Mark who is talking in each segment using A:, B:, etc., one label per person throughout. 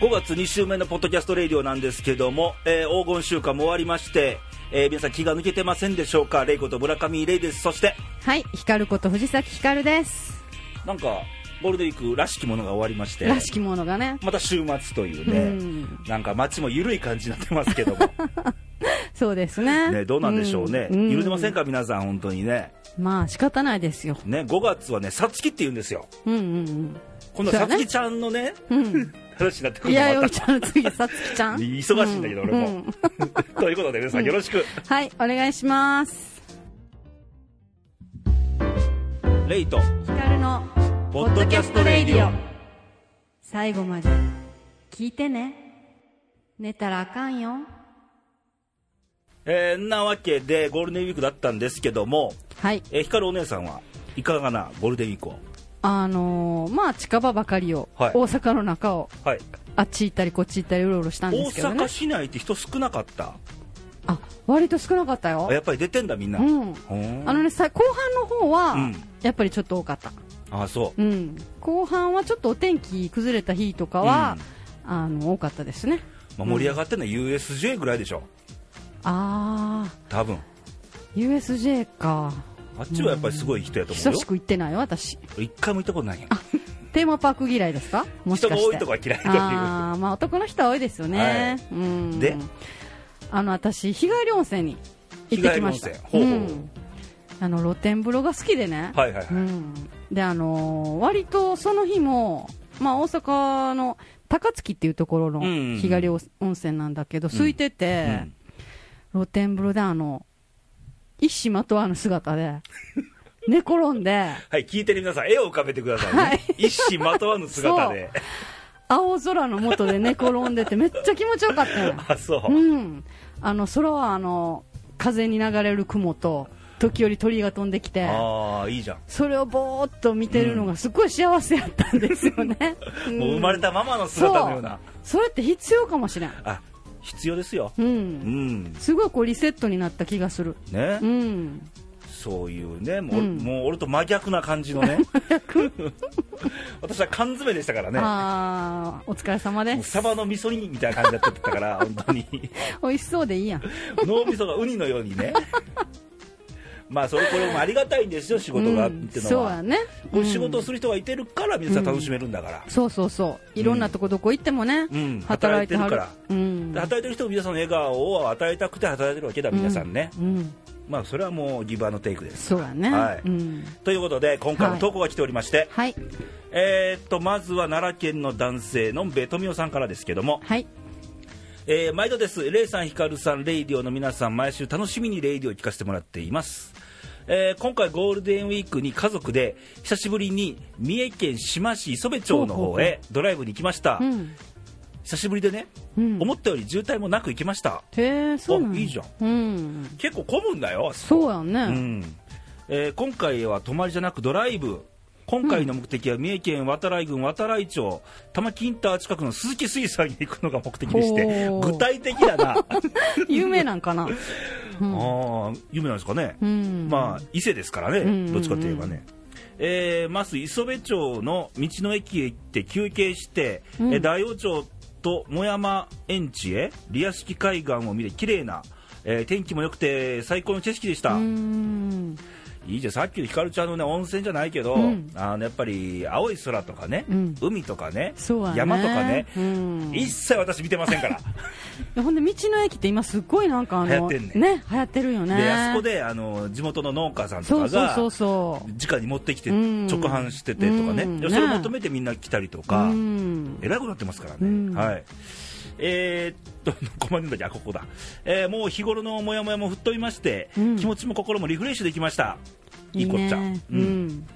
A: 5月2週目のポッドキャストレイディオなんですけども、えー黄金週間も終わりまして、えー皆さん気が抜けてませんでしょうかレイこと村上レイですそして
B: はい、光ること藤崎光です。
A: なんかゴールデンウィークらしきものが終わりまして
B: らしきものがね。
A: また週末という
B: う
A: ね
B: ん
A: なんか街も緩い感じになってますけど も、
B: そうですね。
A: ね、どうなんでしょうね、
B: ん
A: 緩んでませんか皆さん本当にね
B: まあ仕方ないですよ。
A: ね5月はねさつきって言うんですよ
B: うんうん
A: 今度
B: そう
A: さ
B: だね
A: つきちゃんのね
B: うん。うん。
A: 話になってく
B: い
A: るの
B: や
A: もまた
B: よちゃんの次、さつきちゃん。
A: 忙しいんだけど、俺
B: うんう
A: も
B: ん。
A: ということで、皆さん、よろしく。
B: はい、お願いします。
A: レイト、
B: 光の
A: ポッドキャストレイディオ。
B: 最後まで聞いてね。寝たらあかんよ。
A: えー、んなわけで、ゴールデンウィークだったんですけども、
B: はい、
A: えー、光お姉さんはいかがな、ゴールデンウィークを。
B: あのーまあ近場ばかりを、
A: はい
B: 大阪の中を
A: はい。
B: あっち行ったりこっち行ったりうろうろしたん
A: 大
B: ですけどね
A: 阪。市内って人少なかった。
B: あ、割と少なかったよ
A: あ。やっぱり出てんだ、みんな。
B: うん
A: ほーん
B: あのね、さ後半の方は、
A: うん
B: やっぱりちょっと多かった、
A: あ、そ
B: うん、後半はちょっとお天気崩れた日とかは、あの多かったですね。
A: う。まあ、盛り上がってんのは USJ ぐらいでしょ。
B: あ
A: 多分。
B: ー USJ か
A: あっちはやっぱりすごい人やと思う
B: 久
A: よ
B: し。く行ってないよ私
A: 一回も行ったことないよ。
B: テーマパーク嫌いですかもし
A: 人
B: か
A: が
B: して
A: 多いとこは嫌いという。
B: あーまあ男の人は多いですよね、うん
A: で
B: あの私日帰り温泉に行ってきました
A: 日帰り温泉ほうほう
B: うんあの露天風呂が好きでね、
A: はいはいはい
B: うん、であのー割とその日も、まあ、大阪の高槻っていうところの
A: うんうんうん
B: 日帰り温泉なんだけど、空いてて、
A: うん
B: 露天風呂であの一糸まとわぬ姿で 寝転んで
A: はい、聞いてる皆さん、絵を浮かべてくださいね。
B: はい
A: 一糸まとわぬ姿で。
B: 青空の下で寝転んでてめっちゃ気持ちよかったよ
A: あ、そう。
B: うん、あの空はあの風に流れる雲と時折鳥が飛んできて
A: ああいいじゃん、
B: それをぼーっと見てるのがすごい幸せやったんです よね、ん
A: もう生まれたままの姿のよう な
B: それって必要かもしれん、
A: あ必要ですよ
B: う、
A: うんん
B: すごいこうリセットになった気がする、
A: ね、
B: うん、
A: そういうねもう,、
B: うん
A: もう俺と真逆な感じ のね 私は缶詰でしたからね
B: あーお疲れ様
A: も
B: で
A: う
B: す
A: サバの味噌煮みたいな感じになってたから 本当に
B: 美味しそうでいいやん
A: 脳みそがウニのように ねまあそれこれもありがたいんですよ仕事があっ
B: うん
A: ての
B: そう
A: は、
B: やね、
A: こう仕
B: うん
A: 事をする人がいてるから皆さん楽しめるんだから、
B: そうそうそういろんなとこどこ行ってもね、
A: うん
B: 働いてはる
A: 働い
B: うん
A: で働いてる人も皆さんの笑顔を与えたくて働いてるわけだ皆さんね、
B: うん、
A: まあそれはもうギブアンドテイクです
B: そうやね、
A: はい
B: うん、
A: ということで今回も投稿が来ておりまして、
B: はい
A: えーっとまずは奈良県の男性のんべとみおさんからですけども、
B: はい
A: えー毎度ですレイさんひかるさんレイディオの皆さん毎週楽しみにレイディオを聞かせてもらっています、えー今回ゴールデンウィークに家族で久しぶりに三重県志摩市磯部町の方へドライブに行きました、
B: うん
A: 久しぶりでね、
B: うん
A: 思ったより渋滞もなく行きました
B: へえそうなんや
A: あいいじゃん
B: うん
A: 結構混むんだよあそこ
B: そうやね、
A: うんえー今回は泊まりじゃなくドライブ今回の目的は三重県渡来郡渡来町玉木インター近くの鈴木水産に行くのが目的でして
B: ほう
A: 具体的だ な、
B: 有名なんかな。
A: あー夢なんですかね、
B: うん。
A: まあ伊勢ですからね、
B: んうんうん
A: どっちかといえばね、えーまず磯部町の道の駅へ行って休憩して、
B: ん
A: えー大王町と茂山園地へリア式海岸を見て綺麗な、えー天気も良くて最高の景色でした、
B: うん。
A: いいじゃんさっきのひかるちゃんの、ね、温泉じゃないけど、
B: うん
A: あのやっぱり青い空とかね、
B: うん
A: 海とかね
B: そうやね。
A: 山とかね、
B: うん。
A: 一切私見てませんから、
B: ほんで、道の駅って今すっごいなんかあの、
A: 流行ってんね
B: 流行ってるよね。
A: であそこであの地元の農家さんと
B: そ
A: か
B: うそう
A: が
B: そうそう。
A: 直に持ってきて直
B: うん
A: 販しててとかね、
B: うん
A: でそれを求めてみんな来たりとか、
B: うん。
A: えらいことなってますからね、
B: うん
A: はいえーっと 困るんだっけあここだ、えーもう日頃のモヤモヤも吹っ飛びまして、
B: うん
A: 気持ちも心もリフレッシュできましたいいこっちゃ
B: ねう
A: うん
B: ん。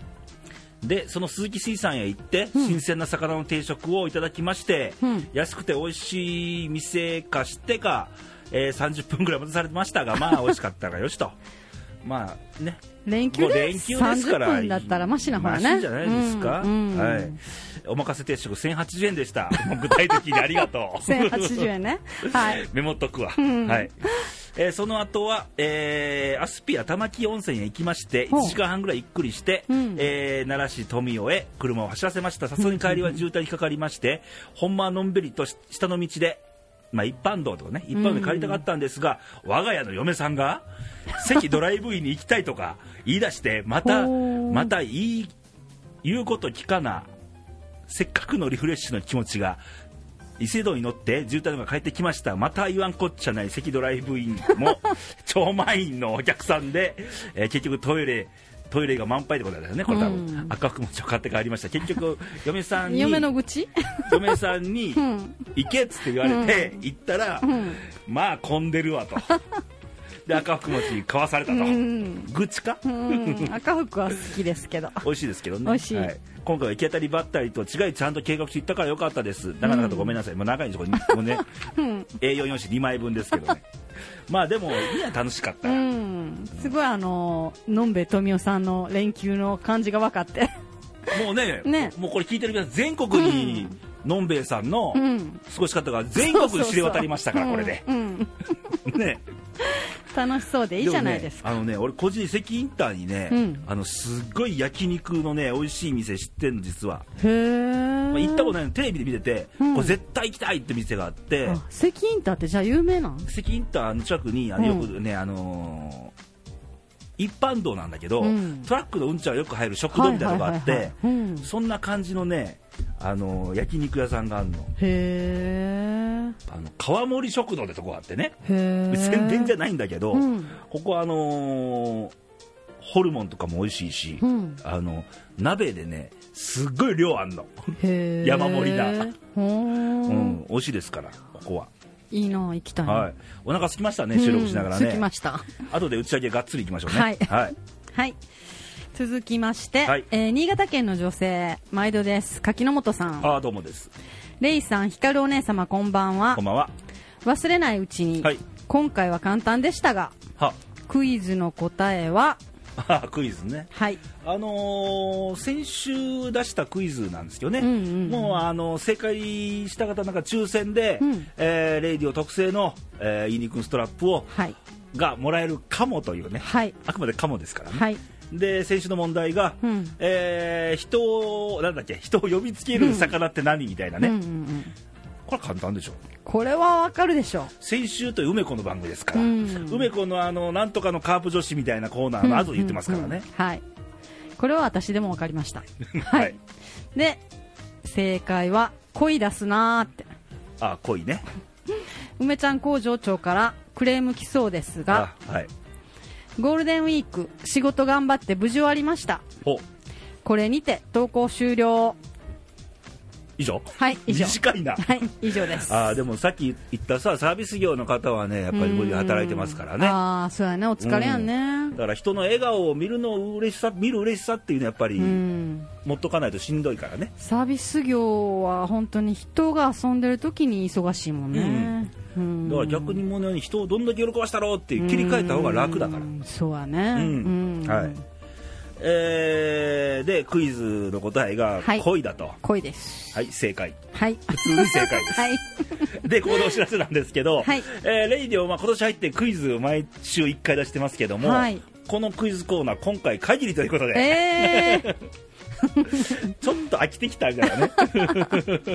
A: でその鈴木水産へ行って、新鮮な魚の定食をいただきまして、
B: うん
A: 安くて美味しい店か知ってか、えー30分ぐらい待たされてましたが まあ美味しかったがよしとまあね
B: 連
A: も
B: 休
A: う
B: で
A: 連休ですから
B: 30分だったらマシな方やね。
A: マシじゃないですか、
B: うんうん
A: はい、お任せ定食1080円で したもう具体的にありがとう
B: 1080円ね。はい。
A: メモっとくわ、
B: ん
A: はいえーその後は、えーアスピア玉木温泉へ行きまして
B: ほう
A: 1時間半ぐらいゆっくりして、
B: うん
A: えー奈良市富雄へ車を走らせましたさすがに帰りは渋滞に引っかかりましてほんまはのんびりとし下の道で。まあ、一般道とかね一般道で帰りたかったんですが、我が家の嫁さんが関ドライブインに行きたいとか言い出してまた
B: ほう
A: またいい言うこと聞かなせっかくのリフレッシュの気持ちが伊勢堂に乗って渋滞のが帰ってきましたまた言わんこっちゃない関ドライブイン も超満員のお客さんで、えー結局トイレトイレが満杯ってことだよねこれ多分、
B: うん
A: 赤くもちを買って帰りました結局嫁さんに
B: 嫁の愚痴
A: 嫁さんに
B: ん
A: 行けっつって言われて、行ったら、
B: ん
A: まあ混んでるわとで赤福餅買わされたと、
B: ん
A: 愚痴か、
B: うん赤服は好きですけど
A: 美味しいですけどね
B: 美味しい
A: はい、今回は行き当たりばったりと違いちゃんと計画していったからよかったですなかなかとごめんなさい、もう長いんでこれもう ね A44 紙2枚分ですけどねまあでもいいや楽しかった、
B: うんすごいあののんべえ富雄さんの連休の感じが分かって
A: もうね
B: ね
A: もうこれ聞いてる皆さん全国にのんべえさんの
B: うん
A: 過ごし方が全国に知れ渡りましたから
B: そうそう
A: これ
B: うんうん
A: で、ね
B: 楽しそうでいいじゃないですか
A: もね、あのね俺個人責任隊にね、
B: うん
A: あのすっごい焼肉のね美味しい店知ってるの実は、
B: へえ、
A: まあ、行ったことないのテレビで見てて、
B: うん
A: これ絶対行きたいって店があって、
B: あ関インターってじゃあ有名なん
A: 関インターの近くにあの
B: うん
A: よくね、あのー一般道なんだけど、
B: うん
A: トラックのうんちゃんがよく入る食堂みたいなのがあって、
B: はいはいはいはいうん
A: そんな感じのね、あのー焼肉屋さんがあるの
B: へ
A: あの川盛り食堂ってとこがあってね、
B: えへえ
A: 宣伝じゃないんだけど、
B: うん
A: ここはあのーホルモンとかも美味しいし、
B: うん
A: あの鍋でねすっごい量あんの、
B: へえ
A: 山盛りだ
B: ほー
A: うん、美味しいですからここは、
B: いいな行きたいな
A: はい、お腹空きましたね収録しながらね、
B: うん着きました
A: 後で打ち上げがっつりいきましょうね。
B: はい
A: はい。
B: はい続きまして、
A: はい
B: えー新潟県の女性毎度です柿本さん
A: ああ、どうもです。
B: レイさん光お姉様こんばんは
A: こんばんは。
B: 忘れないうちに、
A: はい
B: 今回は簡単でしたが
A: は、
B: クイズの答えは
A: あクイズね。
B: はい
A: あのー先週出したクイズなんですけどね。
B: うんうんうん
A: もう、あのー正解した方なんか抽選で、
B: うん
A: えーレイディオ特製の、えー、ユニクンストラップを、
B: はい
A: がもらえるかもというね。
B: はい
A: あくまでかもですからね。
B: はい
A: で、先週の問題が、
B: うん
A: えー人を、なんだっけ、人を呼びつける魚って何、みたいなね。
B: うんうんうん、
A: これ簡単でしょ。
B: これはわかるでしょ
A: 先週という梅子の番組ですから、
B: うん
A: 梅子のあのなんとかのカープ女子みたいなコーナー
B: う、
A: の後で言ってますからね、
B: うんうんうんはいこれは私でもわかりました
A: はい
B: はいで正解は恋出すなーって
A: ああ恋ね
B: 梅ちゃん工場長からクレーム来そうですが
A: あはい
B: ゴールデンウィーク仕事頑張って無事終わりました
A: お
B: これにて投稿終了
A: 以上
B: はい以上
A: 短いな
B: はい以上です
A: ああでもさっき言ったさサービス業の方はねやっぱりこういう働いてますからね
B: ああそうやねお疲れやんね
A: だから人の笑顔を見るの嬉しさ見る嬉しさっていうのはやっぱり
B: うん
A: 持っとかないとしんどいからね、
B: サービス業は本当に人が遊んでる時に忙しいもんねうん
A: だから逆にもうね人をどんだけ喜ばしたろうっていう切り替えた方が楽だから
B: うんそうやね
A: うん
B: うん
A: はいえー、でクイズの答えが
B: はい
A: 恋だと
B: 恋です
A: はい、正解
B: はい
A: 普通に正解です
B: はい
A: でここでお知らせなんですけど、
B: はい
A: えーレイディオ、まあ、今年入ってクイズを毎週1回出してますけども、
B: はい
A: このクイズコーナー今回限りということで、
B: えー
A: ちょっと飽きてきたみたいなね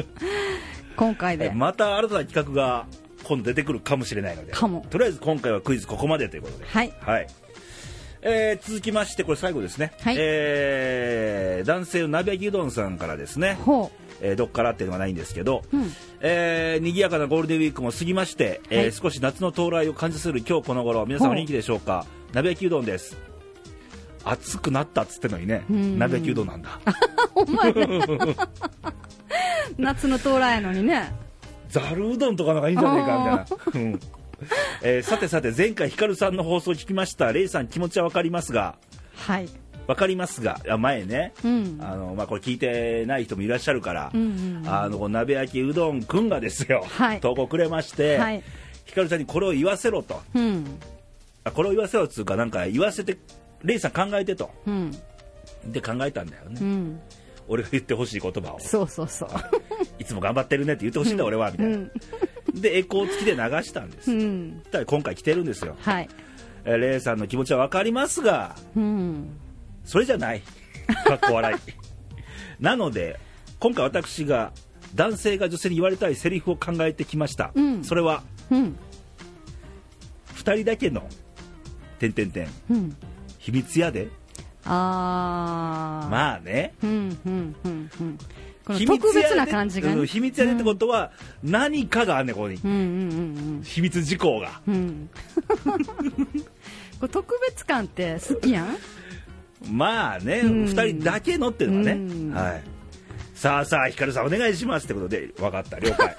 B: 今回
A: え
B: で
A: ーまた新たな企画が今度出てくるかもしれないので
B: かも
A: とりあえず今回はクイズここまでということで、
B: はい
A: えー続きましてこれ最後ですね、
B: はい
A: えー男性の鍋焼きうどんさんからですね、
B: ほ
A: えーどっからっていうのはないんですけど、
B: うん
A: えー賑やかなゴールデンウィークも過ぎまして、えー
B: はい
A: 少し夏の到来を感じする今日この頃皆さんお
B: ほう
A: 元気でしょうか鍋焼きうどんです暑くなったっつってのにね
B: うん
A: 鍋焼きうどんなんだ
B: うお前夏の到来やのにね
A: ざるうどんとかの方がいいんじゃない かみたいな、うんえーさてさて前回ヒカルさんの放送聞きましたレイさん気持ちは分かりますが
B: はい
A: 分かりますがあ前ね、
B: うん
A: あのまあ、これ聞いてない人もいらっしゃるから、
B: うんうんうん
A: あのこう鍋焼きうどんくんがですよ、
B: はい
A: 投稿くれまして、
B: はい
A: ヒカルさんにこれを言わせろと
B: うん
A: あこれを言わせろっつうかなんか言わせてレイさん考えてと
B: うん
A: で考えたんだよね、
B: うん
A: 俺が言ってほしい言葉を
B: そうそうそう
A: いつも頑張ってるねって言ってほしいんだ俺はみたいな、でエコー付きで流したんです、
B: う
A: そし
B: ん。
A: たら今回来てるんですよ、
B: はい。
A: えーレイさんの気持ちは分かりますが
B: うん。
A: それじゃないかっこ笑い なので今回私が男性が女性に言われたいセリフを考えてきました、
B: うん
A: それは
B: うん。
A: 2人だけの点点点
B: うん。
A: 秘密やで
B: あー。
A: まあね
B: うん。うん。うん。うん。この特別な感じが
A: うん
B: ね。
A: 秘密やでってことは何かがあんねんここに
B: うん。うん。うん。
A: 秘密事項が
B: うん。うん。これ特別感って好きやん
A: まあね、
B: うん
A: 2人だけのっていうのはね、
B: うん
A: はい、さあさあ、ひかるさん、お願いしますってことで、分かった、了 解。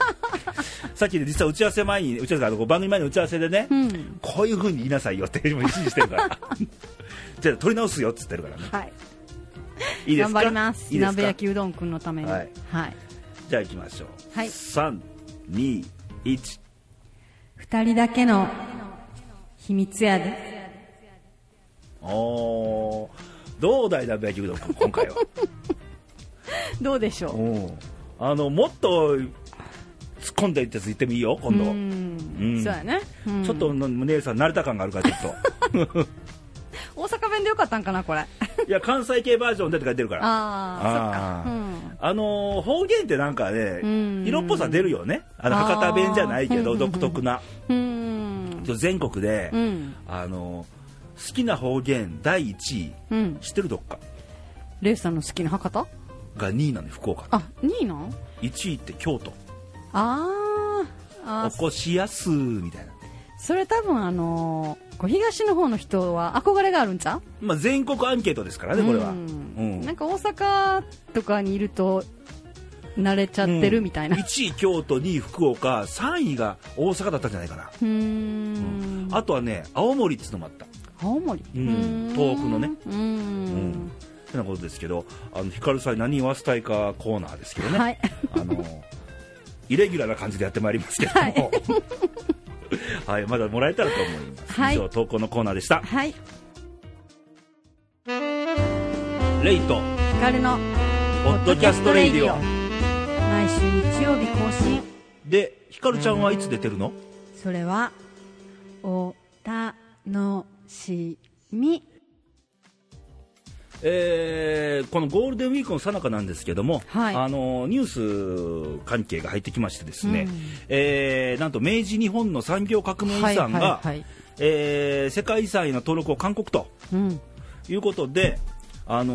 A: さっきね、実は打ち合わせ前に、打ち合わせあのこう番組前の打ち合わせでね、
B: うん。
A: こういうふうに言いなさいよって、今、指示してる から、じゃあ、取り直すよって言ってるからね、
B: はい。
A: いいです
B: 頑
A: か、
B: 張ります。
A: いいです
B: 鍋
A: か
B: 焼きうどんくんのために。
A: は
B: はいい。
A: じゃあ、行きましょう、
B: はい
A: 3、2、1、
B: 二人だけの秘密やで。
A: おー、どうだい、鍋焼きうどん君、今回 は。
B: どうでしょ
A: うんあのもっと突っ込んでいって言ってもいいよ、
B: う
A: 今度。
B: うん
A: うん
B: そうやね。うん
A: ちょっと姉さん慣れた感があるからちょっ
B: 大阪弁でよかったんかな、これ。
A: といや関西系バージョンでって書いてるからあ
B: ああ、 そっか。
A: のー方言ってなんかね
B: うん
A: 色っぽさ出るよねあの
B: あー
A: 博多弁じゃないけど
B: うんうんうん
A: 独特な
B: うん。うん。
A: 全国で、
B: うん。
A: あのー好きな方言第1位
B: うん。
A: 知ってるどっか
B: レイさんの好きな博多
A: が2位なのよ福岡
B: あ、2位なん
A: 1位って京都
B: あーあー
A: 起こしやすみたいな、
B: それ多分あのーこう東の方の人は憧れがあるんちゃう
A: まあ、全国アンケートですからねこれは、
B: うん
A: うん
B: なんか大阪とかにいると慣れちゃってるみたいな
A: うん1位京都2位福岡3位が大阪だったんじゃないかな
B: うーん
A: あとはね青森っつうのもあった
B: 青森
A: うん
B: うーん
A: 東北のね
B: うー
A: うん
B: ん
A: てなことですけどあのヒカルさんに何言わせたいかコーナーですけどね、
B: はい
A: あのイレギュラーな感じでやってまいりますけども、 はい、まだもらえたらと思います、
B: はい
A: 以上投稿のコーナーでした
B: はい
A: レイト
B: 光の
A: ポッドキャストレイディオ
B: 毎週日曜日更新
A: でヒカルちゃんはいつ出てるの
B: それはお楽しみ
A: えーこのゴールデンウィークの最中なんですけども、
B: はい
A: あのニュース関係が入ってきましてですね、
B: うん
A: えーなんと明治日本の産業革命遺産が、
B: はいはいはい
A: えー世界遺産への登録を勧告と
B: うん
A: いうことで、あの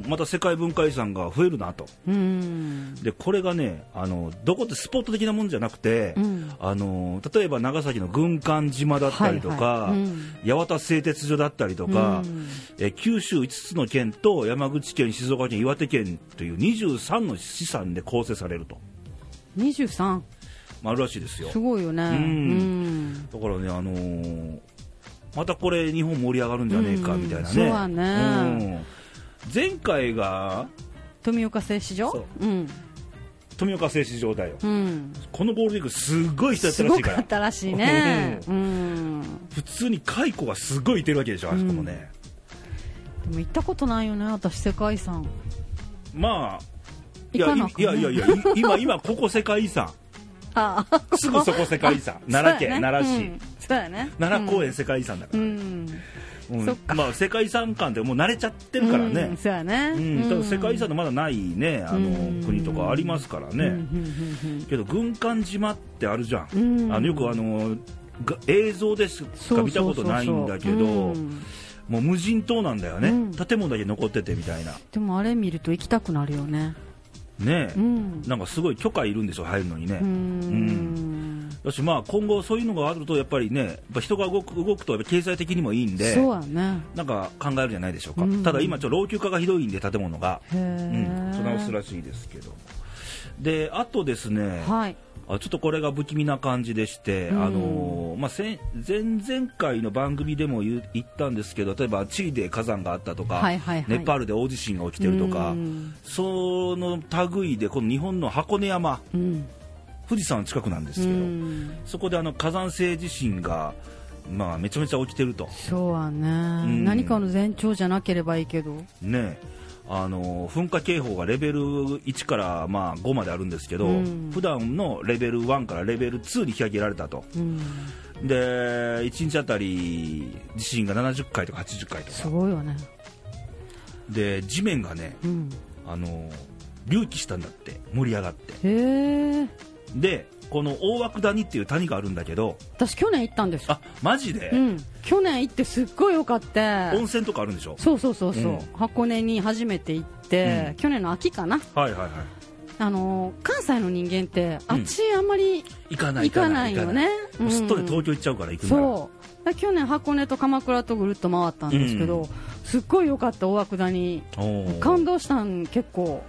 A: ーまた世界文化遺産が増えるなと
B: うーん
A: でこれがね、あのどこってスポット的なもんじゃなくて、
B: うん
A: あのー例えば長崎の軍艦島だったりとか、
B: はいはいうん
A: 八幡製鉄所だったりとか、
B: うん
A: えー九州5つの県と山口県、静岡県、岩手県という23の資産で構成されると、
B: 23
A: まあ、あるらしいですよ。
B: すごいよね
A: ん
B: うん
A: だからね、あのーまたこれ、日本盛り上がるんじゃねえか
B: うん
A: みたいなね、
B: そうやね
A: うん前回が
B: 富岡製糸
A: そ
B: 場うん
A: 富岡製糸場だよ、
B: うん
A: このゴールデンウィーク、すごい人やった
B: す
A: らし
B: ご
A: いか
B: からっ、たらしいねうん
A: 普通に蚕がすごいいてるわけでしょ、あそこもね。
B: でも行ったことないよね私世界遺産
A: まあいや
B: 行かなあかん
A: い
B: ね
A: やいやいやい今、今ここ世界遺 産、
B: ああ
A: すぐそこ世界遺産、奈良県、奈良市、
B: 市そうやね
A: 奈良公
B: 園
A: 園世界遺産だか
B: う
A: ら、
B: ん
A: うん
B: そっか
A: まあ、世界遺産館でもう慣れちゃってるから
B: うん
A: ね、
B: そうやね
A: うんただ世界遺産のまだないねあの、
B: うん
A: 国とかありますからね、
B: ね
A: けど軍艦島ってあるじゃん、
B: うん
A: あのよくあのが映像でしか見たことないんだけどもう無人島なんだよね、
B: うん
A: 建物だけ残っててみたいな
B: でもあれ見ると行きたくなるよね
A: ね、
B: うん
A: なんかすごい許可いるんでしょ入るのにね、
B: うーん
A: よしまあ今後そういうのがあるとやっぱりねやっぱ人が動く動くとやっぱ経済的にもいいんで
B: そうやね
A: なんか考えるじゃないでしょうか、
B: うん
A: ただ今ちょっと老朽化がひどいんで建物が
B: へ
A: うん、そ直す
B: え
A: らしいですけどもであとですね、
B: はい
A: あちょっとこれが不気味な感じでして、
B: うん
A: あのーまあ、先前々回の番組でも言う言ったんですけど例えばチリで火山があったとか、
B: はいはいはい
A: ネパールで大地震が起きてるとか、
B: うん
A: その類でこの日本の箱根山
B: うん
A: 富士山の近くなんですけど、
B: うん
A: そこであの火山性地震が、まあ、めちゃめちゃ起きてると、
B: そうやね
A: ん
B: 何かの前兆じゃなければいいけど
A: ね、あの噴火警報がレベル1からまあ5まであるんですけど、
B: うん
A: 普段のレベル1からレベル2に引き上げられたと
B: うん、
A: で1日あたり地震が70回とか80回と
B: す
A: か
B: ごいよね、
A: で地面がね
B: うん、
A: あの隆起したんだって盛り上がって
B: へえ
A: でこの大涌谷っていう谷があるんだけど
B: 私去年行ったんですよ、
A: あマジで、
B: うん、去年行ってすっごいよかった
A: 温泉とかあるんでしょ
B: そうそうそうそう、
A: うん
B: 箱根に初めて行って、
A: うん
B: 去年の秋かな
A: はいはいはい
B: あのー関西の人間ってあ
A: うん
B: っちあんまり
A: 行かない
B: 行かないよね、
A: 行かないすっとで
B: うん
A: 東京行っちゃうから行くなら
B: そうだ去年箱根と鎌倉とぐるっと回ったんですけど、
A: うん
B: すっごい良かった大涌谷
A: おー
B: 感動したん結構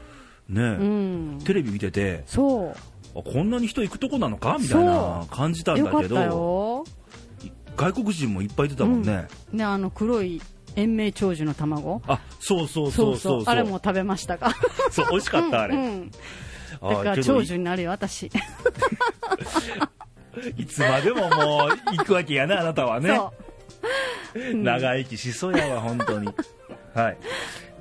A: ねえ、
B: うん
A: テレビ見てて
B: そ
A: あこんなに人行くとこなのかみたいな感じた
B: うんよ
A: だ
B: かっ
A: け
B: た
A: ど
B: よ
A: 外国人もいっぱい出たもんね、
B: ねあの黒い延命長寿の卵
A: あそうそうそうそうそう
B: あれも食べましたか
A: そう美味しかったあれ、
B: うん、
A: あ
B: だから
A: けど
B: 長
A: い
B: 寿になるよ私、
A: い つまでももう行くわけやねあなたはね
B: そ
A: 長生きしそうやわ本当 にはい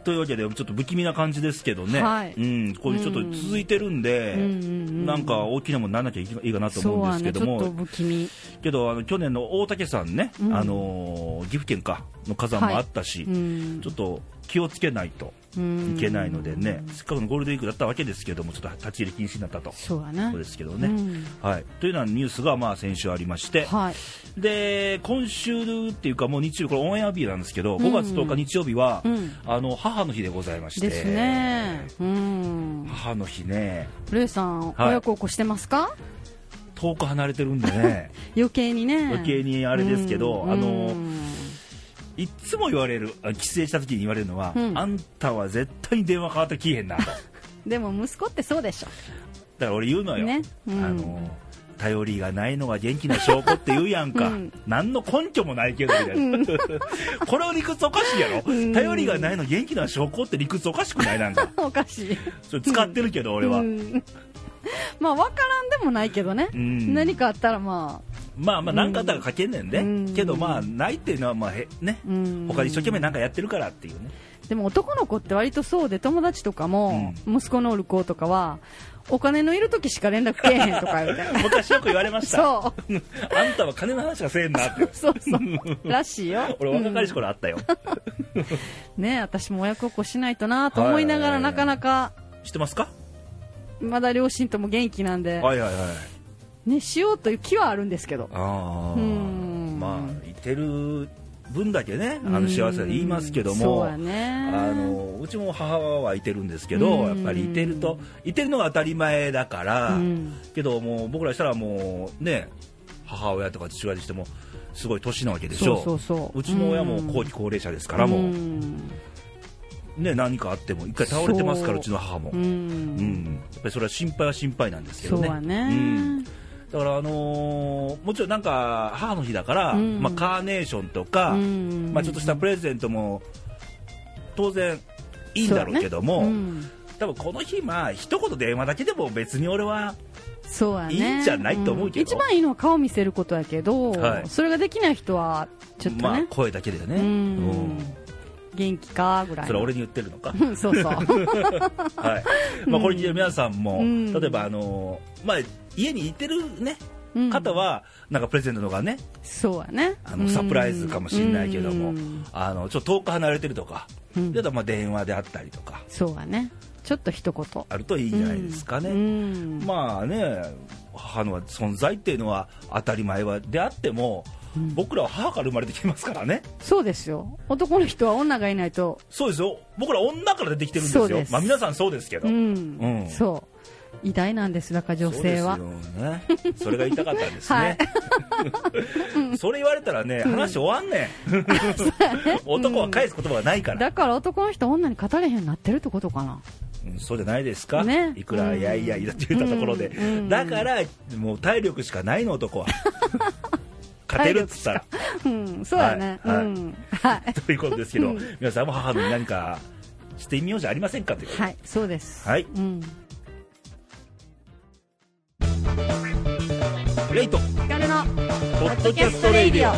A: というわけでちょっと不気味な感じですけどね、
B: はい
A: うん、これちょっと続いてるんで、
B: う、うんうんうん、
A: なんか大きなものにならなきゃいいかなと
B: そう
A: 思うんです
B: はね
A: け
B: ち
A: ど
B: ょ
A: も、
B: っと不気味
A: けどあの去年の大竹さんね、
B: うん
A: あのー岐阜県かの火山もあったし、
B: うん
A: ちょっと気をつけないといけないのでね、せっかくのゴールデンウィークだったわけですけども、ちょっと立ち入り禁止になったと、そ
B: そうやね
A: うですけどね。
B: うん
A: はい、というようなニュースがまあ先週ありまして、
B: はい
A: で今週っていうか、もう日曜日、これオンエア日なんですけど、
B: うん
A: 5月10日日曜日は、
B: うん
A: あの母の日でございまして、
B: ですねうん
A: 母の日ね、
B: レイさん
A: はい
B: 親孝行してますか
A: 遠く離れてるんでね、
B: 余計にね
A: 余計にあれですけど
B: うん
A: あの
B: うん
A: いっつも言われる、あ帰省した時に言われるのは、
B: うん
A: あんたは絶対に電話かわってきえへんなと。だか
B: でも息子ってそうでしょ
A: ら俺言うのよ。
B: ねうん
A: あの、頼りがないのが元気な証拠って言うやんか。
B: うん
A: 何の根拠もないけど、みたいな。 これは理屈おかしいやろ、
B: ん
A: 頼りがないの元気な証拠って理屈おかしくないなんか。
B: おかしい
A: それ使ってるけど、俺は。
B: うんまあ分からんでもないけどね
A: うん
B: 何かあったらまあ
A: まあまあ、何かあったら書けんねんで、
B: うん
A: けどまあ、ないっていうのは、まあ、へね。
B: うん
A: 他一生懸命何かやってるからっていうね。
B: でも男の子って割とそうで友達とかも息子のおる子とかはお金のいる時しか連絡けえへんと か言うて
A: 昔よく言われました。
B: そう
A: あんたは金の話がせえんなって。
B: そうそうらしいよ
A: 俺、若かりし頃あったよ。
B: ね私も親孝行しないとなと思いながら、
A: はい
B: なかなか
A: 知ってますか
B: まだ両親とも元気なんで、
A: はいはいはい
B: ね、しようという気はあるんですけど
A: あ
B: う
A: あ
B: ん
A: まあいてる分だけねあの幸せは言いますけど
B: う
A: も
B: んそうやね
A: あのうちも母はいてるんですけど
B: うん
A: やっぱりいてるといてるのが当たり前だから
B: うん
A: けどもう僕らしたらもうね母親とか父親にしてもすごい年なわけでし
B: そうそ
A: ょ
B: うそう
A: うちの親も
B: ん
A: 後期高齢者ですからも
B: う
A: うんね何かあっても一回倒れてますから
B: そ
A: う
B: う
A: ちの母も
B: う
A: うんんやっぱりそれは心配は心配なんですけ
B: そ
A: ど
B: う
A: ね
B: や
A: うん
B: ね
A: だから、あのーもちろんなんか母の日だから、
B: うん
A: まあ、カーネーションとか、
B: うん
A: まあ、ちょっとしたプレゼントも当然いいんだろうけども、
B: うん
A: 多分この日、まあ一言電話だけでも別に俺は
B: そうやね
A: いいんじゃないと思うけど
B: ん一番いいのは顔見せることやけど、
A: はい
B: それができない人はちょっとね、
A: まあ、声だけでね、う
B: うん
A: ん
B: 元気かぐらいの
A: それは俺に言ってるのか、
B: うん そうそう
A: はいまあ、これ聞いてる皆さんも、
B: うん
A: 例えば、あのーまあ、家にいてる、ね、
B: うん
A: 方はなんかプレゼントとかね
B: そうやね
A: あのサプライズかもしれないけども、
B: うん
A: あのちょっと遠く離れてるとか、
B: うん
A: であとまあ電話であったりとか
B: そうやねちょっと一言
A: あるといいんじゃないですかね、
B: うん
A: まあね母の存在っていうのは当たり前はであっても、僕らは母から生まれてきてますからね
B: そうですよ男の人は女がいないと
A: そうですよ僕ら女から出てきてるんですよ
B: そうです
A: まあ、皆さんそうですけど、
B: うん、
A: うん
B: そう偉大なんですだから女性は
A: そうですよねそれが言いたかったんですね、 それ言われたらね話終わんねん、 男は返す言葉がないから、
B: だから男の人は女に語れへんようになってるってことかな
A: うんそうじゃないですか、
B: ね
A: いくら
B: うん
A: いやいやいやって言ったところで、
B: うんうん
A: だからもう体力しかないの 男は勝てるっつったら
B: うんそうやね、
A: はいはい
B: うんはい、
A: ということですけど、皆さんも母の日何かしてみようじゃありませんかということで
B: はい、そうです
A: はい
B: うん、
A: レイト
B: ヒカルの
A: ポ
B: ポッドキャストレイディ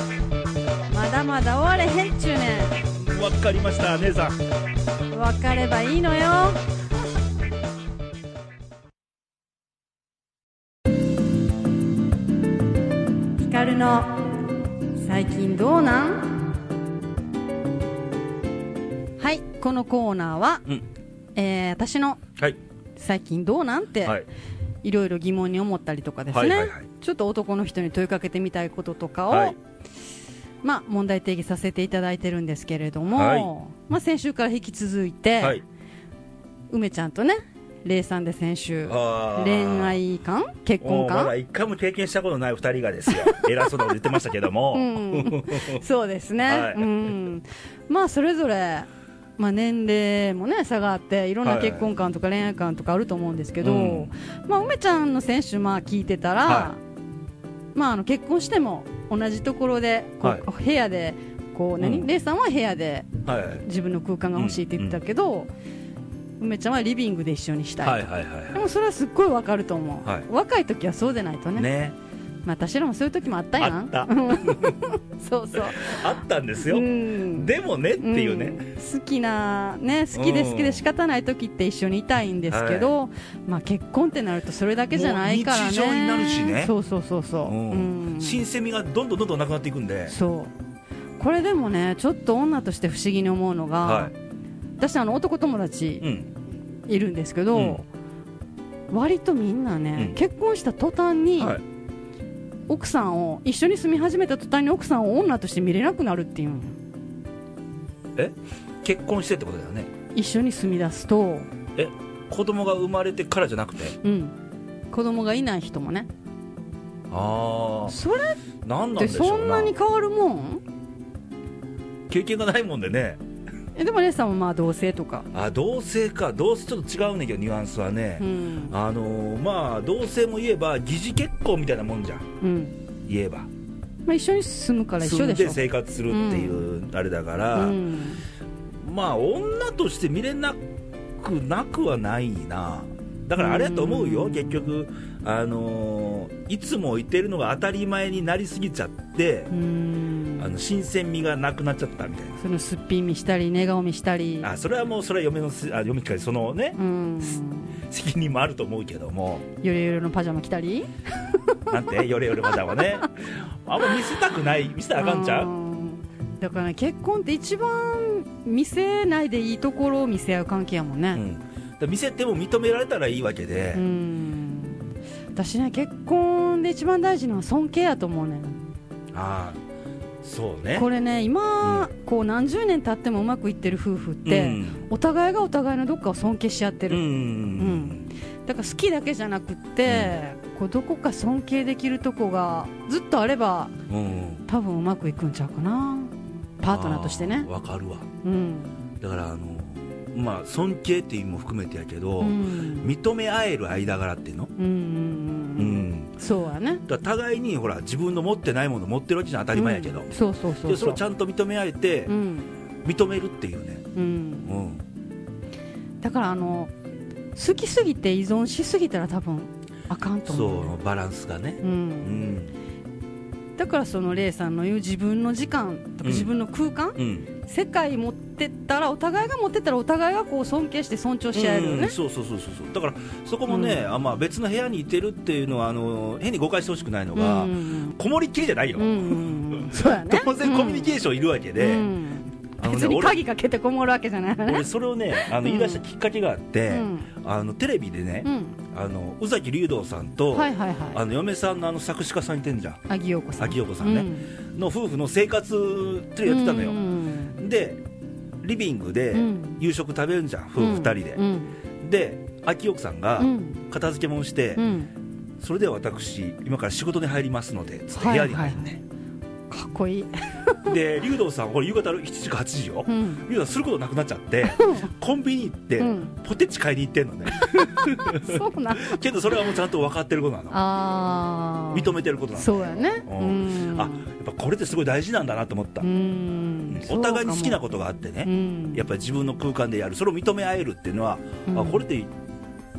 B: オまだまだ終われへんっちゅうねん
A: オわかりました姉さん
B: 分かればいいのよヒカルの最近どうなんはいこのコーナーは、
A: うん
B: えー私の
A: はい
B: 最近どうなんて、
A: はいい、
B: ろいろ疑問に思ったりとかですね、
A: はいはいはい
B: ちょっと男の人に問いかけてみたいこととかを、
A: はい
B: まあ、問題定義させていただいてるんですけれども、
A: はい
B: まあ、先週から引き続いて、
A: はい、
B: 梅ちゃんとね、レイさんで先週、
A: あー
B: 恋愛観、結
A: も
B: 婚
A: うまだ
B: 観、
A: 一回も経験したことない二人がです よ偉そうなこと言ってましたけども、
B: うん、そうですね、
A: はい
B: うん、まあそれぞれ、まあ、年齢もね、差があって、いろんな
A: はい
B: 結婚観とか恋愛観とかあると思うんですけど、
A: うん
B: まあ、梅ちゃんの選手、まあ、聞いてたら、
A: は
B: まあ、あの結婚しても同じところで、こう部屋で、こう何、
A: うん
B: レイさんは部屋で
A: はい
B: 自分の空間が欲しいって言ってたけど、梅ちゃんはリビングで一緒にしたいと。
A: はいはいはい
B: でもそれはすっごいわかると思う、
A: はい
B: 若い時はそうでないとね
A: ね
B: まあ、私らもそういう時もあったやん
A: あった
B: そうそう
A: あったんです
B: う
A: よ、
B: ん
A: でもねっていうね、
B: ん好きなね好きで
A: うん
B: 好きで仕方ない時って一緒にいたいんですけど、まあ結婚ってなるとそれだけじゃないからね
A: もう日常になるしね
B: そうそうそうそう、
A: うん
B: うん
A: 新鮮味がどんどんどんどんなくなっていくんで、
B: そうこれでもねちょっと女として不思議に思うのが、
A: は
B: 私あの男友達
A: いうん、
B: いるんですけど、割とみんなね、
A: うん
B: 結婚した途端に、
A: はい
B: 奥さんを一緒に住み始めた途端に奥さんを女として見れなくなるっていうんよ
A: え結婚してってことだよね
B: 一緒に住み出すと、
A: え子供が生まれてからじゃなくて
B: うん、子供がいない人もね
A: ああ
B: それっ
A: 何なん
B: て
A: でしょ
B: そ
A: うんな
B: なに変わるもん
A: 経験がないもんでね
B: えでもレイさんもまあ同性とか、
A: あ同性か同性ちょっと違うねんけどニュアンスはね
B: う、ん
A: あのーまあ同性も言えば疑似結婚みたいなもんじゃん
B: うん
A: 言えば
B: まあ、一緒に住むから一緒
A: 住ん
B: でし
A: で
B: ょ
A: 生活するっていうあれだから、
B: うん、
A: まあ女として見れなくなくはないなだからあれやと思うよ、
B: うん
A: 結局、あのーいつもいてるのが当たり前になりすぎちゃって
B: う、ん
A: あの新鮮味がなくなっちゃったみたい
B: そのすっぴん見したり寝顔見したり
A: なあそれはもうそれは嫁のせあ嫁っていうかそのね
B: うん
A: 責任もあると思うけども
B: よれよれのパジャマ着たり
A: なんてよれよれまだは ねあんま見せたくない見せたらあかんちゃう
B: うんだからね結婚って一番見せないでいいところを見せ合う関係やもん
A: う
B: ね、
A: ん、だから見せても認められたらいいわけで、
B: うん私ね結婚で一番大事なのは尊敬やと思うねん
A: ああそうね
B: これね今、こう何十年経ってもうまくいってる夫婦って、
A: うん
B: お互いがお互いのどっかを尊敬し合って
A: うん
B: る、だから好きだけじゃなくって、こうどこか尊敬できるとこがずっとあれば
A: うんうん
B: 多分うまくいくんちゃうかなパートナーとしてね
A: あーわかるわ
B: うん、
A: だからあのまあ尊敬っていう意味も含めてやけど、
B: うん
A: 認め合える間柄っていうの
B: うんうん
A: う
B: うん
A: ん
B: そうやね
A: だから互いにほら自分の持ってないもの持ってるわけじゃん当たり前やけど、
B: うんそうそうそう
A: でそれをちゃんと認め合えて、
B: うん
A: 認めるっていうね、
B: うん
A: うん、
B: だからあの好きすぎて依存しすぎたら多分あかんと
A: そ
B: 思うね、
A: うバランスがね
B: う、
A: うんん
B: だからそのレイさんの言う自分の時間と
A: うん
B: か自分の空間、
A: うん
B: 世界持ってったらお互いが持ってったらお互いがこう尊敬して尊重し合えるよ
A: うん
B: ね、
A: そうそうそうそうそうだからそこもね、
B: う
A: あまあ、別の部屋にいてるっていうのはあの変に誤解してほしくないの
B: うんう
A: が、
B: ん
A: こもりっきりじゃないよ、
B: うんうんうんそうやね
A: 当然コミュニケーションいるわけで、
B: うん
A: あのね
B: 別に
A: 俺
B: 鍵かけてこもるわけじゃないよね
A: 俺それをねあの
B: ん
A: 言い出したきっかけがあって、
B: うん
A: あのテレビでね、
B: うん
A: あの宇崎竜童さんと、
B: はいはいはい
A: あの嫁さんのあの作詞家さんいてんじゃん
B: あぎよこさん
A: 秋代子さんねの夫婦の生活テレビやってたのよ、
B: うん
A: でリビングで
B: うん
A: 夕食食べるんじゃん、夫婦二人で
B: う、ん
A: で秋代子さんが
B: うん
A: 片付けもんして、
B: うん
A: それでは私今から仕事に入りますのでつって
B: は
A: 部
B: い
A: 屋に入んね、
B: かっこいい、
A: で竜童さんこれ夕方の7時か8時よ、
B: うん、
A: 竜童さんすることなくなっちゃってコンビニ行って、
B: うん
A: ポテチ買いに行ってんのね
B: そうなん
A: けどそれはもうちゃんと分かってることなの
B: あー
A: 認めてることなの
B: そうやね
A: う
B: うんん
A: あやっぱこれってすごい大事なんだなと思った、
B: うん
A: お互いに好きな
B: こ
A: ことがあって
B: と
A: ね、
B: ね
A: やっぱり自分の空間でやるそれを認め合えるっていうのは、
B: うん
A: あこれって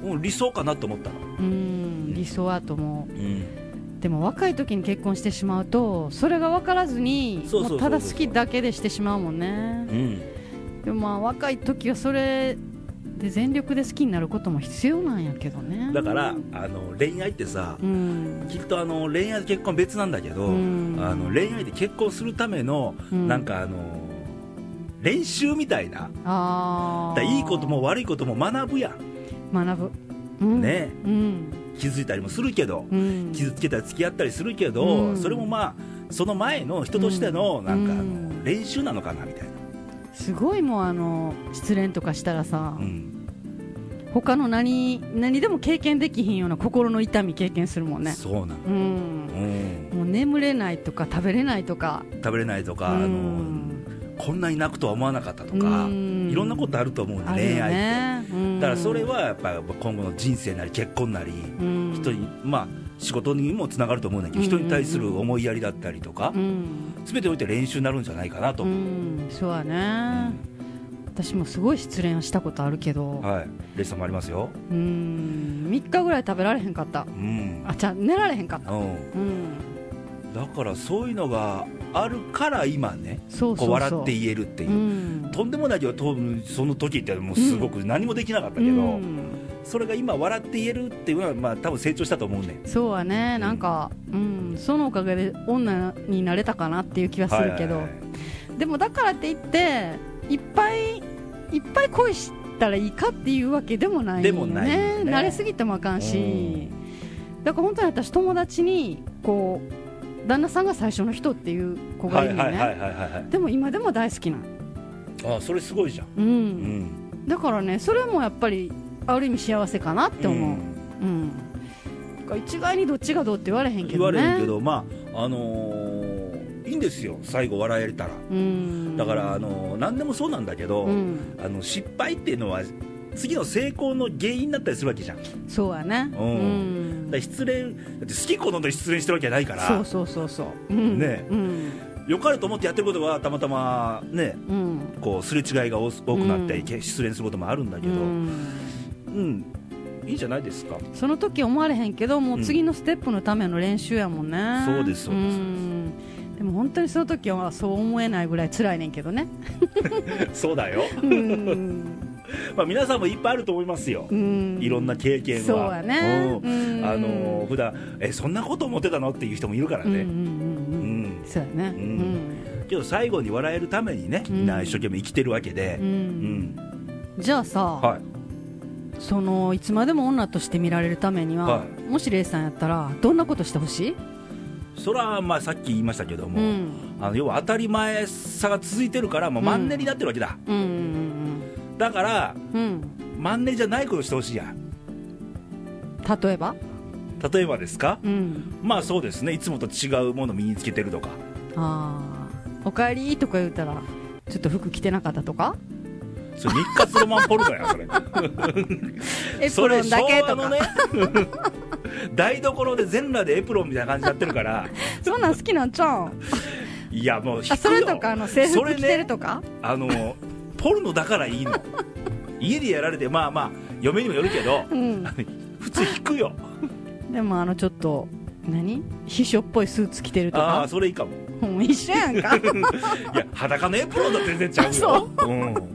A: うん理想かなと思ったの、
B: うん理想やと思う
A: うん、
B: でも若い時に結婚してしまうとそれが分からずに
A: そうそう
B: も
A: そうう
B: ただ好きだけでしてしまうもんね
A: うん、
B: でもまあ若い時はそれで全力で好きになることも必要なんやけどね
A: だからあの恋愛ってさ、
B: うん
A: きっとあの恋愛と結婚は別なんだけど、
B: うん
A: あの恋愛で結婚するための、
B: うん
A: なんかあの練習みたいな
B: あ
A: だか
B: あ
A: らいいことも悪いことも学ぶやん
B: 学ぶ、うん、
A: ね
B: うん
A: 気づいたりもするけど、
B: うん
A: 傷つけたり付き合ったりするけど、
B: うん
A: それもまあその前の人としての
B: うん
A: なんかあの、
B: うん
A: 練習なのかなみたいな、
B: すごいもうあの失恋とかしたらさ、
A: うん
B: 他の何何でも経験できひんような心の痛み経験するもんね
A: そうなの、
B: うん
A: うん、
B: もう眠れないとか食べれないとか
A: 食べれないとか、
B: う
A: あの
B: ん
A: こんなに泣くとは思わなかったとか、
B: うん
A: いろんなことあると思うんで
B: あるよ
A: 恋愛って、
B: ねうん
A: だからそれはやっぱ今後の人生なり結婚なり、
B: うん
A: 人にまあ仕事にもつながると思うんだけど、
B: うん
A: 人に対する思いやりだったりとか、
B: うん
A: 全てにおいて練習になるんじゃないかなと
B: う
A: 思う、
B: んそうやね私もすごい失恋をしたことあるけど
A: はいレイさんもありますよ
B: うん3日ぐらい食べられへんかった
A: うん、
B: あじゃあ寝られへんかった
A: うん、
B: うん
A: だからそういうのがあるから今ね
B: そう
A: こ
B: そうう
A: 笑
B: そう
A: って言えるっていうう、
B: ん
A: とんでもないけど多分その時ってもうすごく何もできなかったけど、
B: うん
A: それが今笑って言えるっていうのはまあ多分成長したと思うね
B: そうはね
A: ん
B: なんかうんそのおかげで女になれたかなっていう気はするけど
A: はいはい
B: でもだからって言っていっぱいいっぱい恋したらいいかっていうわけでもないよね
A: でもないよね
B: 慣れすぎてもあかんし、だから本当に私友達にこう旦那さんが最初の人っていう子が
A: はいい
B: るのね、
A: はいはいはいはいはい
B: でも今でも大好きなの
A: あそれすごいじゃん、
B: う、
A: うんん、
B: だからねそれもやっぱりある意味幸せかなって思う、うんだから一概にどっちがどうって言われへんけ
A: 言
B: ど
A: わ
B: ね
A: れるけどまああのーいいんですよ最後笑えたら
B: うん、
A: だから、あのー何でもそうなんだけど、
B: うん、
A: あの失敗っていうのは次の成功の原因になったりするわけじゃんだか
B: そうやね
A: うん
B: うん
A: ら失恋だって好き好んで失恋してるわけじゃないから
B: そうそうそうそう、うん、
A: ね
B: うん
A: 良かれと思ってやってることはたまたまね
B: うん
A: こうすれ違いが多す多くなって、
B: うん
A: け失恋することもあるんだけ
B: う
A: ど、うん
B: ん
A: いいんじゃないですか
B: その時思われへんけどもう次のステップのための練習やもんね、
A: そうですそうです
B: んでも本当にその時はそう思えないぐらい辛いねんけどね
A: そうだよ、
B: うん、
A: まあ、皆さんもいっぱいあると思いますよ、
B: うん
A: いろんな経験は
B: そうやね
A: う
B: うんん
A: あのー普段えそんなこと思ってたのっていう人もいるから
B: うんうん
A: ね、
B: う
A: うん
B: んうんそうやね
A: うんけど最後に笑えるためにねみんな一生懸命生きてるわけで
B: うん、う、
A: うん
B: んじゃあさ、
A: はい
B: そのいつまでも女として見られるためには、
A: はい
B: もしレイさんやったらどんなことしてほしい、
A: それはまあさっき言いましたけども、
B: うん
A: あの要は当たり前さが続いてるからもうマンネリになってるわけだ、
B: うんうん
A: だから
B: うんうん
A: マンネリじゃないことしてほしいやん
B: 例えば、
A: 例えばですか、
B: うん、
A: まあそうですねいつもと違うもの身につけてるとか
B: あーおかえりとか言うたらちょっと服着てなかったとか
A: それ日活ロマンポルノ やそれ
B: エプ
A: そ
B: ロ
A: れ
B: ンだけ
A: 昭
B: と
A: 和
B: か
A: の
B: そ,、
A: ね 台所で全裸でエプロンみたいな感じになってるから
B: んなん好きなんちゃうん
A: いやもう引くよ
B: あそれとかあの制
A: そ
B: 服
A: れ
B: 着
A: ね
B: てるとか、
A: あのポルノだからいいの家でやられてまあまあ嫁にもよるけ ど
B: うん
A: 普通引くよ
B: でもあのちょっと何秘書っぽいスーツ着てると
A: ああ
B: か
A: ーそれいいかも
B: もう一緒やん か
A: いや裸のエプロンだと全然ちゃうよ、
B: あそう
A: ん、だから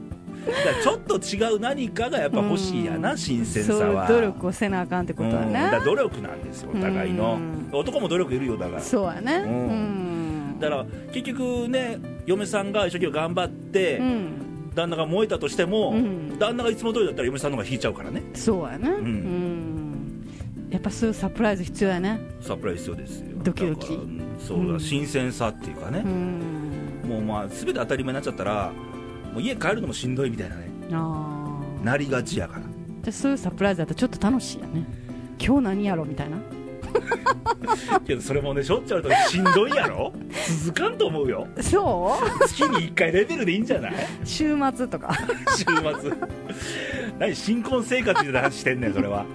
A: ちょっと違う何かがやっぱ欲しいやな、
B: うん
A: 新鮮さ
B: そういう
A: は
B: 努力をせなあかんってことは
A: うん
B: ね
A: だから努力なんですよお互いの、
B: うん
A: 男も努力いるよだから
B: そうやねう
A: うん
B: ん
A: だから結局ね嫁さんが一生懸命頑張って、
B: うん
A: 旦那が燃えたとしても、
B: うん
A: 旦那がいつも通りだったら嫁さんの方が引いちゃうからね
B: そうやねうん、やっぱそういうサプライズ必要やね
A: サプライズ必要ですよ
B: ドキドキ
A: だからうんそうだ、
B: うん
A: 新鮮さっていうか
B: う
A: ね、
B: ん
A: もうまあ全て当たり前になっちゃったらもう家帰るのもしんどいみたいなね
B: ああ
A: なりがちやから
B: じゃあそういうサプライズだとちょっと楽しいやね今日何やろみたいな
A: けどそれもねしょっちゅうあるとしんどいやろ続かんと思うよ
B: そ
A: 月に1回レベルでいいんじゃない
B: う 週末とか
A: 週末何新婚生活みたいな話してんねんそれは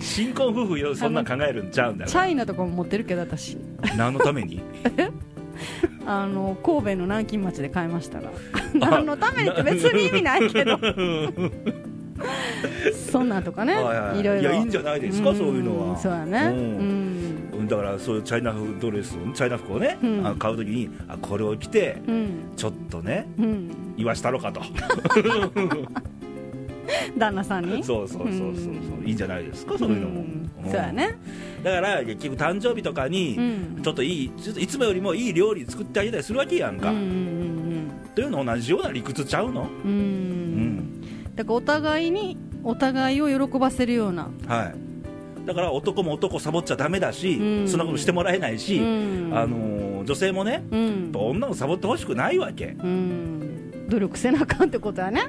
A: 新婚夫婦よそんなん考えるんちゃうんだよ
B: チャイナとかも持ってるけど私
A: 何のために
B: あの神戸の南京町で買いましたら 何のためにって別に意味ないけどそんなんとかね
A: はいはいはい
B: いろいろ
A: やいいんじゃないですか
B: ん
A: そういうのは
B: そうやね
A: うん
B: うん
A: うんだからそういうチャイナ風ドレスをチャイナ服をね、
B: うん
A: あの買う時にあこれを着て
B: うん
A: ちょっとね
B: うん
A: 言わしたろかと
B: 旦那さんに
A: そうそうそうそうそういいんじゃないですかそういうのも、
B: ん
A: ん
B: そうやね
A: だから結局誕生日とかに、
B: うん
A: ちょっといいちょっといつもよりもいい料理作ってあげたりするわけやん
B: うん
A: か、
B: うんうん
A: というの同じような理屈ちゃうの、
B: うんう
A: うんん
B: だからお互いにお互いを喜ばせるような
A: はい、だから男も男サボっちゃだめだし、
B: うん
A: そんなことしてもらえないし、
B: うん
A: あのー女性もね
B: う
A: やっ
B: ん
A: ぱ女をサボってほしくないわけ
B: うん努力せなあかんってことやね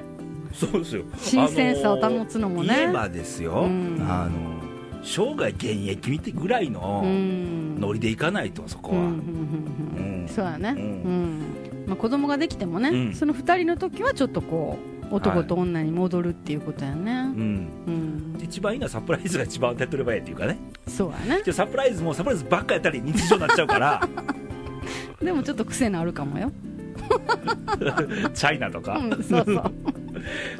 A: そうですよ
B: 新鮮さを保つのも
A: あの
B: ね
A: ー言えばですよ、
B: うん
A: あのー生涯現役見てぐらいの
B: うん
A: ノリでいかないとそこ
B: うん
A: は、
B: うんうん
A: うん
B: うんそうやね、う
A: うん
B: んまあ、子供ができてもね、
A: うん
B: その2人の時はちょっとこう男と女に戻るっていうことやね、
A: うん
B: うん、
A: 一番いいのはサプライズが一番手っ取ればいいっていうかね
B: そうやね
A: でもサプライズもサプライズばっかやったり日常になっちゃうから
B: でもちょっと癖のあるかもよ、
A: チャイナとか、
B: うん、そうそう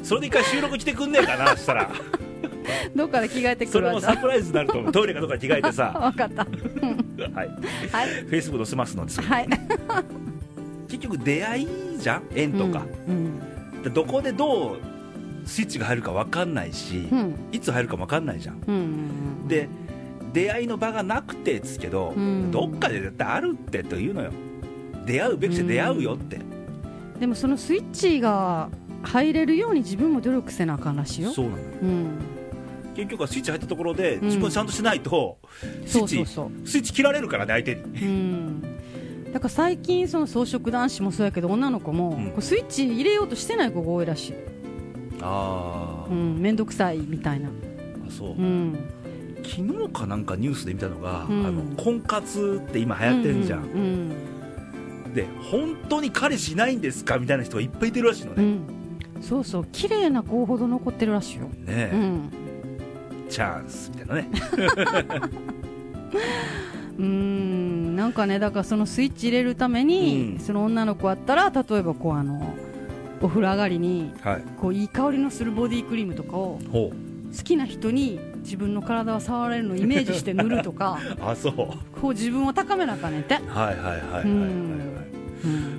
A: それで一回収録来てくんねえかなそしたら
B: どっから着替えてく
A: そ
B: る
A: れ
B: わ
A: も
B: じ
A: サ
B: ゃ
A: プライズになると思うトイレかどっかに着替えて
B: あ
A: さ
B: わかった
A: はい
B: はい
A: フェイスブック載せますので
B: はい
A: 結局出会いじゃん縁 とか、
B: うん
A: でどこでどうスイッチが入るか分かんないし、
B: うんうん
A: いつ入るか分かんないじゃん
B: うんうん
A: で出会いの場がなくてですけど、
B: うん
A: どっかで絶対あるってというのよ出会うべきして出会うよって、
B: でもそのスイッチが入れるように自分も努力せなあかんらしいよ
A: そうなのよ
B: うん、
A: 結局はスイッチ入ったところで
B: ん
A: 自分ちゃんとしないと、スイ
B: そ
A: ッ
B: う
A: チ
B: そうそう
A: スイッチ切られるからね相手に
B: うんだから最近その草食男子もそうやけど女の子も、
A: ん
B: こうスイッチ入れようとしてない子が多いらしい
A: あ
B: う、ん面倒、くさいみたいな
A: あそう、
B: うん
A: 昨日かなんかニュースで見たのが、
B: うん
A: あの婚活って今流行ってんじゃん、
B: うん
A: で本当に彼氏いないんですかみたいな人がいっぱいいてるらしいの
B: うん、う
A: ね、
B: んそうそう綺麗な子ほど残ってるらしいよ、
A: ね
B: う
A: え、
B: ん
A: チャンスみたいなね
B: うんなんかねだからそのスイッチ入れるため
A: う
B: に、
A: ん
B: その女の子あったら例えばこうあのお風呂上がりに
A: はい
B: こういい香りのするボディクリームとかを
A: ほう
B: 好きな人に自分の体を触られるのをイメージして塗ると か
A: あそう
B: こう自分を高めなあかんねんて
A: はいはいはいはいはい、
B: うん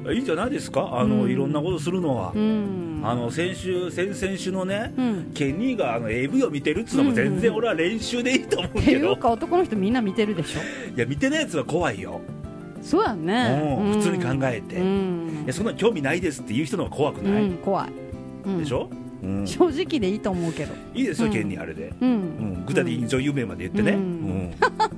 B: うん
A: はい、いいんじゃないですかあの、
B: うん
A: いろんなことするのは、
B: うん
A: あの先週先々週のね、
B: うん
A: ケニーがあの AV を見てるっつうのも全然
B: うん
A: 俺は練習でいいと思う
B: って
A: け
B: い
A: ど、
B: うか男の人みんな見てるでしょ
A: いや見てないやつは怖いよ、
B: そうやね、
A: うん
B: うん
A: 普通に考えて、
B: う
A: い
B: ん
A: やそんなの興味ないですっていう人の方が怖く
B: う
A: ない、
B: ん怖い、うん
A: でしょ、うん
B: 正直でいいと思うけど、
A: いいですよ、
B: うん
A: ケニーあれで、
B: う
A: うんん、具体的に女優名まで言ってね、
B: う
A: うんん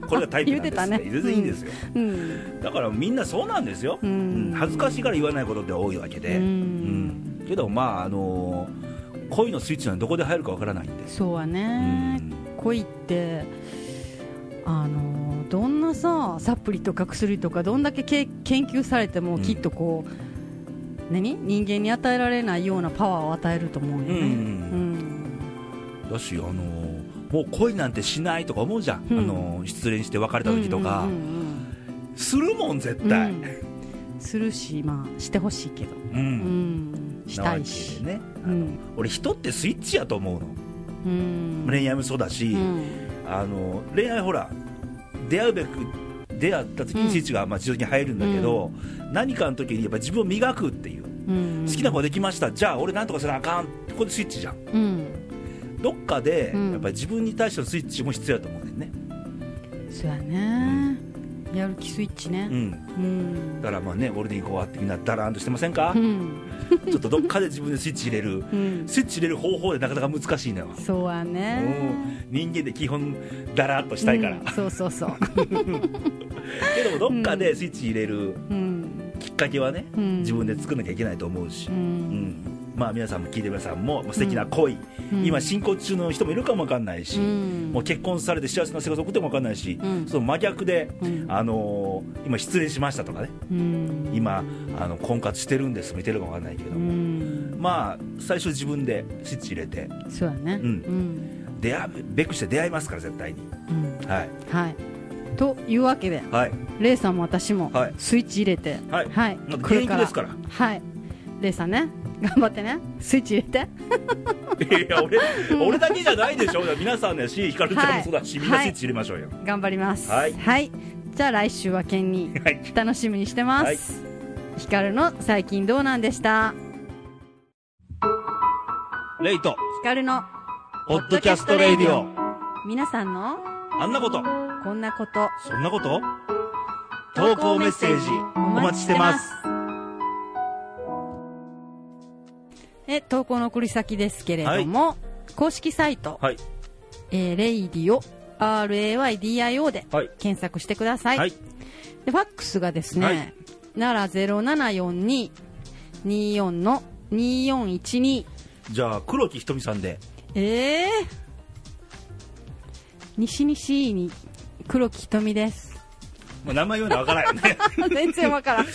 A: これがタイプなんですっ
B: 言っててたね
A: 全然いいですよ、
B: うん
A: だからみんなそうなんですよ、
B: う
A: うんん恥ずかしいから言わないことって多いわけで、
B: う
A: う
B: ん
A: んけどまああのー恋のスイッチなんてどこで入るかわからないんで
B: そうや
A: う
B: ね、
A: ん
B: 恋ってあのどんなさサプリとか薬とかどんだけけ研究されても
A: うん
B: きっとこう、何人間に与えられないようなパワーを与えると思うよね、うん
A: だし、あのーもう恋なんてしないとか思うじゃん、
B: うん
A: あのー失恋して別れた時とか、
B: うんうんうん
A: するもん絶対、
B: う
A: うん
B: んするし、まあ、してほしいけど、うん、したいし、
A: なわけでね、あ
B: う
A: の
B: ん
A: 俺人ってスイッチやと思うの、
B: うん、
A: 恋愛もそうだし、
B: うん
A: あの恋愛ほら出会うべく出会った時にスイッチがまあ自動的に入るんだけど、何かの時にやっぱ自分を磨くっていう
B: うん
A: 好きな子ができましたじゃあ俺なんとかせなあかんってここでスイッチじゃん
B: うん、
A: どっかで
B: うん
A: やっぱり自分に対してのスイッチも必要だと思うんだよね、
B: そうやね、やる気スイッチ
A: う
B: ね、
A: ん、
B: うん
A: だ、からまあねゴールデンウィーク終わってみんなだらーんとしてませんか
B: う、ん、
A: ちょっとどっかで自分でスイッチ入れる
B: うん、
A: スイッチ入れる方法でなかなか難しいのよ、
B: そうや
A: う
B: ね、
A: ん人間で基本だらーっとしたいから、
B: うんそうそ うそう、
A: けどもどっかでスイッチ入れる
B: うん、
A: きっかけはね、
B: うん
A: 自分で作んなきゃいけないと思うし
B: う、、
A: うんんまあ、皆さんも聞いてる皆さんもまあ素敵な恋、
B: うん
A: 今進行中の人もいるかもわかんないし、
B: うん
A: もう結婚されて幸せな生活を送ってもわかんないし、
B: うん
A: その真逆で、
B: うん
A: あのー今失恋しましたとかね
B: うん、
A: 今あの婚活してるんです見てるかわかんないけど
B: う
A: も、
B: ん、
A: まあ最初自分でスイッチ入れて
B: そうやね、
A: うん
B: うん、
A: 出会うべくして出会いますから絶対に
B: うん、
A: はい
B: はい。というわけで、
A: はい
B: レイさんも私も
A: はい
B: スイッチ入れて、
A: はいまだ
B: これ
A: 現役ですから
B: はい、レイさんね、 頑張ってね、スイッチ入れて、
A: いや俺俺だけじゃないでしょ皆さんだしひかるちゃんもそうだし、
B: はい
A: みんなスイッチ入れましょうよ、
B: 頑張ります。
A: はい
B: はい、じゃあ来週は県に
A: はい
B: 楽しみにしてます、
A: はい
B: ヒカルの最近どうなんでした
A: レイと、
B: ヒカルの
A: ホットキャストレイディオ。
B: 皆さんの
A: あんなこと、
B: こんなこと
A: そんなこと投稿メッセージ、お待ちしてます。
B: え投稿の送り先ですけれども、公式サイト、
A: はい。
B: えー、レイディオ RAYDIO で
A: はい。
B: 検索してください、
A: はい。
B: でファックスがですね、
A: はい
B: 奈良074224の2412
A: じゃあ、黒木ひとみさんで、
B: ええ西西に黒木 瞳です
A: もう名前言うのわからんよ ね。
B: 全然わからん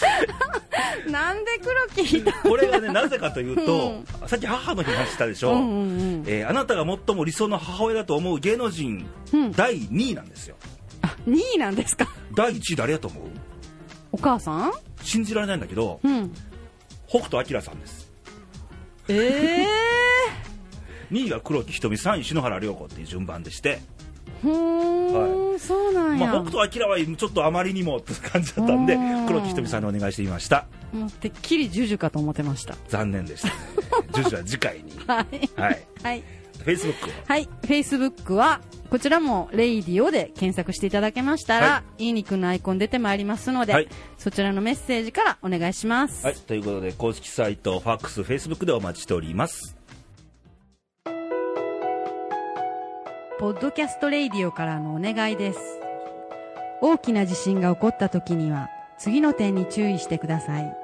B: なんで黒木ひと
A: これがね、なぜかというと、さっき母の日話したでしょ。
B: うんうんうん
A: えーあなたが最も理想の母親だと思う芸能人、
B: うん
A: 第2位なんですよ。
B: 2位なんですか
A: 第1位誰やと思う
B: お母さん
A: 信じられないんだけど、
B: うん
A: 北斗晶さんです。
B: ええ
A: 2位が黒木ひとみ、3位篠原涼子っていう順番でして、
B: ー、 ふーん、そうなんや、
A: まあ、北斗晶はちょっとあまりにもって感じだったんで
B: うん、
A: 黒木ひとみさんにお願いしてみました。
B: もうてっきりジュジュかと思ってました
A: 残念で した、ね。女子は次回に。
B: はい
A: はい。
B: はい、
A: Facebook は
B: はい、Facebook はこちらも「レイディオ」で検索していただけましたら、、
A: はい
B: いにくんのアイコン出てまいりますので、
A: はい
B: そちらのメッセージからお願いします、
A: はい、ということで公式サイト、ファックス、フェイスブックでお待ちしております。
B: ポッドキャストレイディオからのお願いです。大きな地震が起こった時には、次の点に注意してください。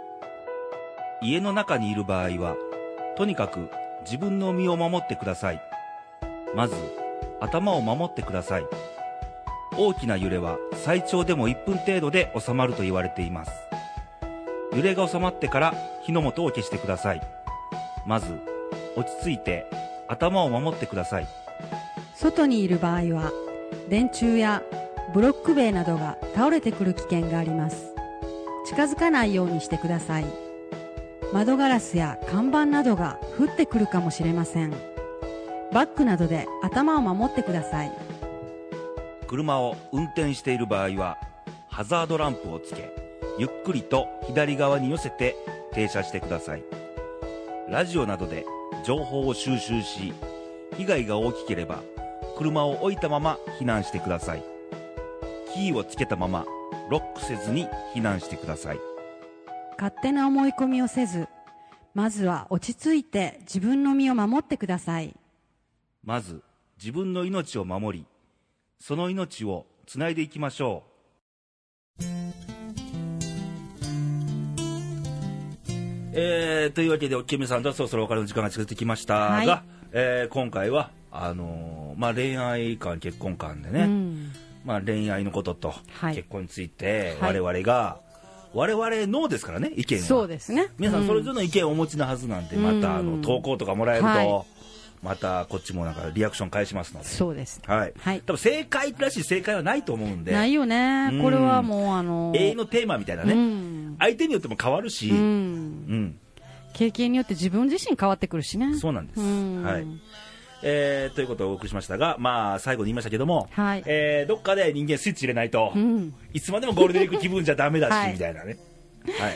A: 家の中にいる場合は、とにかく自分の身を守ってください。まず、頭を守ってください。大きな揺れは最長でも1分程度で収まると言われています。揺れが収まってから火の元を消してください。まず、落ち着いて頭を守ってください。
B: 外にいる場合は、電柱やブロック塀などが倒れてくる危険があります。近づかないようにしてください。窓ガラスや看板などが降ってくるかもしれません。バッグなどで頭を守ってください。
A: 車を運転している場合はハザードランプをつけゆっくりと左側に寄せて停車してくださいラジオなどで情報を収集し被害が大きければ車を置いたまま避難してくださいキーをつけたままロックせずに避難してください
B: 勝手な思い込みをせず、まずは落ち着いて自分の身を守ってください。
A: まず自分の命を守りその命をつないでいきましょうえー、というわけでおきみさんとはそろそろお別れの時間が近づいてきましたが、
B: はい
A: えー今回はあのーまあ、恋愛観結婚観でね、
B: うん
A: まあ、恋愛のことと
B: はい
A: 結婚について
B: は
A: 我
B: い
A: 々が、我々のですからね意見は
B: そうですね。
A: 皆さんそれぞれの意見をお持ちなはずなんで、またあ
B: う
A: の
B: ん
A: 投稿とかもらえると、
B: はい
A: またこっちもなんかリアクション返しますので、
B: そうです。
A: はい
B: はい
A: 多分正解らしい正解はないと思うんで
B: ないよね
A: うん。
B: これはもうあの、
A: 永遠のテーマみたいなね、
B: うん
A: 相手によっても変わるし、
B: う
A: うん
B: ん経験によって自分自身変わってくるしね。
A: そうなんです、
B: うん
A: はいえーということをお送りしましたが、まあ、最後に言いましたけども、
B: はい
A: えーどっかで人間スイッチ入れないと、
B: うん
A: いつまでもゴールデンウィーク気分じゃダメだし、
B: はい
A: みたいなね。はい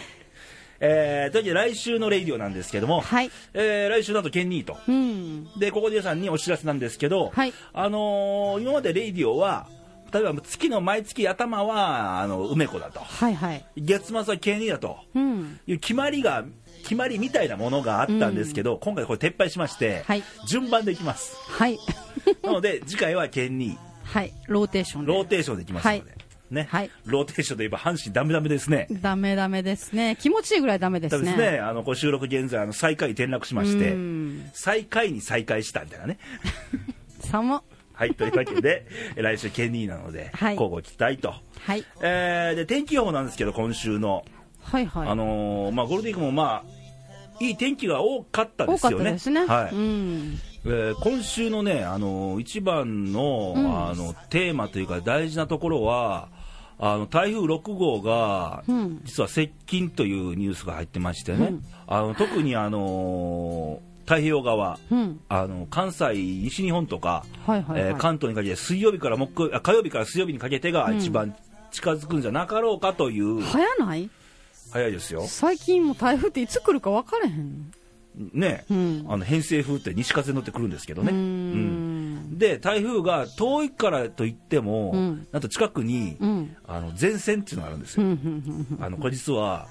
A: えーというわけで来週のレイディオなんですけども、
B: はい
A: えー来週だと県2位と、
B: うん。
A: でここで皆さんにお知らせなんですけど、
B: はい
A: あのー今までレイディオは例えば月の毎月頭はあの梅子だと
B: はいはい。
A: 月末は K2 だと
B: うん。
A: いう決まりが決まりみたいなものがあったんですけど、今回これ撤廃しまして、
B: はい
A: 順番でいきます
B: はい。
A: なので次回は K2
B: はい。ローテーションで。
A: ローテーションでいきますので、
B: はい
A: ね
B: はい
A: ローテーションといえば阪神ダメダメですね
B: ダメダメですね。気持ちいいぐらいダメで
A: ダ
B: す
A: メで
B: ね。
A: すねあのこう収録現在あの最下位転落しまし
B: う
A: て
B: ん
A: 最下位に再開したみたいなね
B: 寒。
A: はい、というわけで、 え来週、ケニーなので、
B: はい
A: 交互期待と。
B: はい。
A: えーで、天気予報なんですけど、今週の。
B: はいはい。
A: あのーまあ、ゴールデンウィークも、まあ、いい天気が多かったで
B: 多
A: す
B: かっ
A: よ
B: た
A: ね。
B: ですね。
A: はい。
B: うん。
A: えー今週のね、あのー一番の、
B: うん
A: あの、テーマというか大事なところは、あの、台風6号が、
B: うん
A: 実は接近というニュースが入ってましてね、
B: うん
A: あの、特にあのー太平洋側、
B: うん。
A: あの、関西、西日本とか、
B: はいはいはい。
A: えー関東にかけて水曜日から木曜あ火曜日から水曜日にかけてが
B: うん
A: 一番近づくんじゃなかろうかという、
B: 早ない
A: 早いですよ、
B: 最近もう台風っていつ来るか分からへん。
A: ね、
B: うん
A: あの偏西風って西風に乗ってくるんですけど
B: う
A: ね、
B: ー
A: うん
B: ん。
A: で台風が遠いからといっても、
B: うん
A: なんと近くに、
B: うん。
A: あの前線っていうのがあるんです
B: うんう
A: よ、
B: んうん
A: あのこれ実は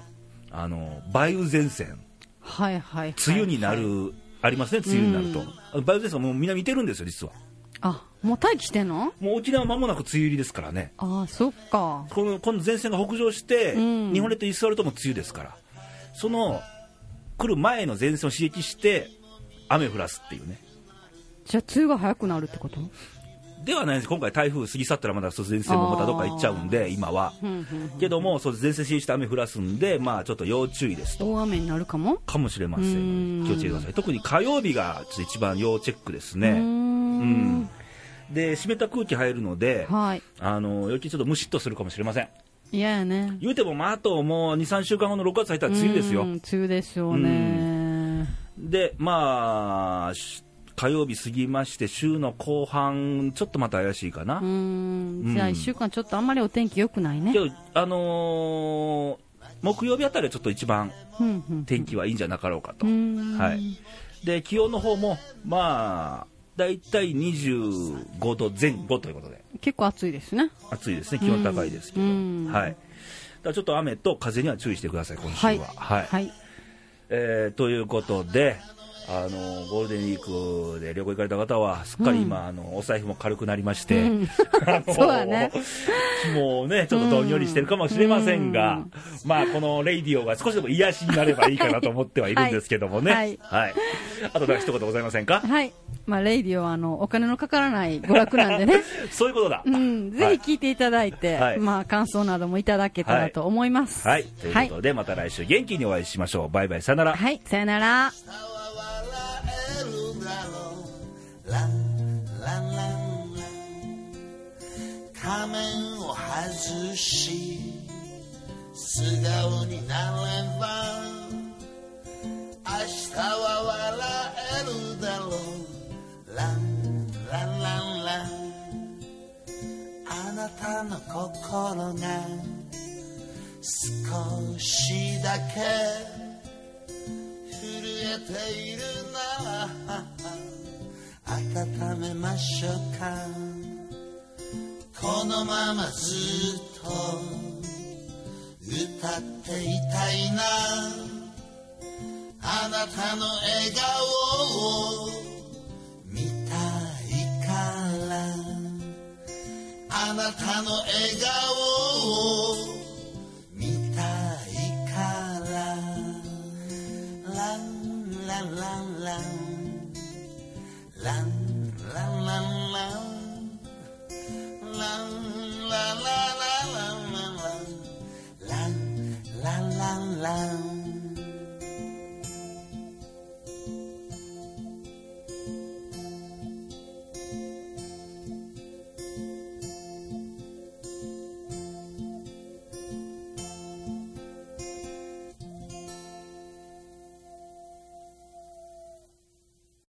A: あの梅雨前線、
B: はいはいはい。
A: 梅雨になる、。ありますね、梅雨になると、梅雨前線はもうみんな見てるんですよ、実は。
B: あ、もう待機してんの
A: もう沖縄まもなく梅雨入りですからね。
B: ああ、そっか。
A: このこの前線が北上して、
B: うん
A: 日本列島に居座るともう梅雨ですからその来る前の前線を刺激して雨降らすっていうね
B: じゃあ梅雨が早くなるってこと
A: ではないんです今回台風過ぎ去ったらまだそう前線もまたどっか行っちゃうんで今は
B: うんうん。
A: けどもそう前線刺激して雨降らすんでまあちょっと要注意ですと
B: 大雨になるかも
A: かもしれません
B: うん
A: 気をつけてください特に火曜日がちょっと一番要チェックです
B: うー
A: ね
B: ん。
A: で湿った空気入るので
B: はい。
A: あの余計ちょっとムシッとするかもしれません
B: 嫌やね。
A: 言うてもまああともう23週間後の6月入ったら梅雨ですよ
B: うん梅雨ですよね。
A: で、まあ、し火曜日過ぎまして、週の後半、ちょっとまた怪しいかな。
B: うーん。じゃあ
A: うん
B: 一週間ちょっとあんまりお天気良くないね
A: け。ど、あのー木曜日あたりはちょっと一番
B: うんうん。
A: 天気はいいんじゃなかろうかと。
B: うん
A: はい。で、気温の方も、まあ、だいたい25度前後ということで、
B: 結構暑いですね。
A: 暑いですね、気温高いですけど。
B: うんうん
A: はい。だからちょっと雨と風には注意してください、今週は。はい
B: はい。
A: えーということで、あのゴールデンウィークで旅行行かれた方は、すっかり今、あのお財布も軽くなりまして、
B: うん
A: あの
B: そうだね
A: もうね、ちょっとどんよりしてるかもしれませんが、
B: う
A: まあ、このレイディオが少しでも癒しになればいいかなと思ってはいるんですけどもね、は
B: はいい
A: あと、一言ございませんか、
B: はい。まあ、レイディオは、あの、お金のかからない娯楽なんで ね。
A: そういうことだ。
B: うん。ぜひ聞いていただいて、
A: はい
B: まあ、感想などもいただけたらと思います。
A: はい、ということで、また来週元気にお会いしましょう。バイバイ、さよなら。
B: はい。さよなら。
C: 笑えるだろうランランランラン仮面を外し素顔になれば明日は笑えるだろうランランランランあなたの心が少しだけ震えているなら温めましょうかこのままずっと歌っていたいなあなたの笑顔を見たいからあなたの笑顔を見たいからランランランランランランランラン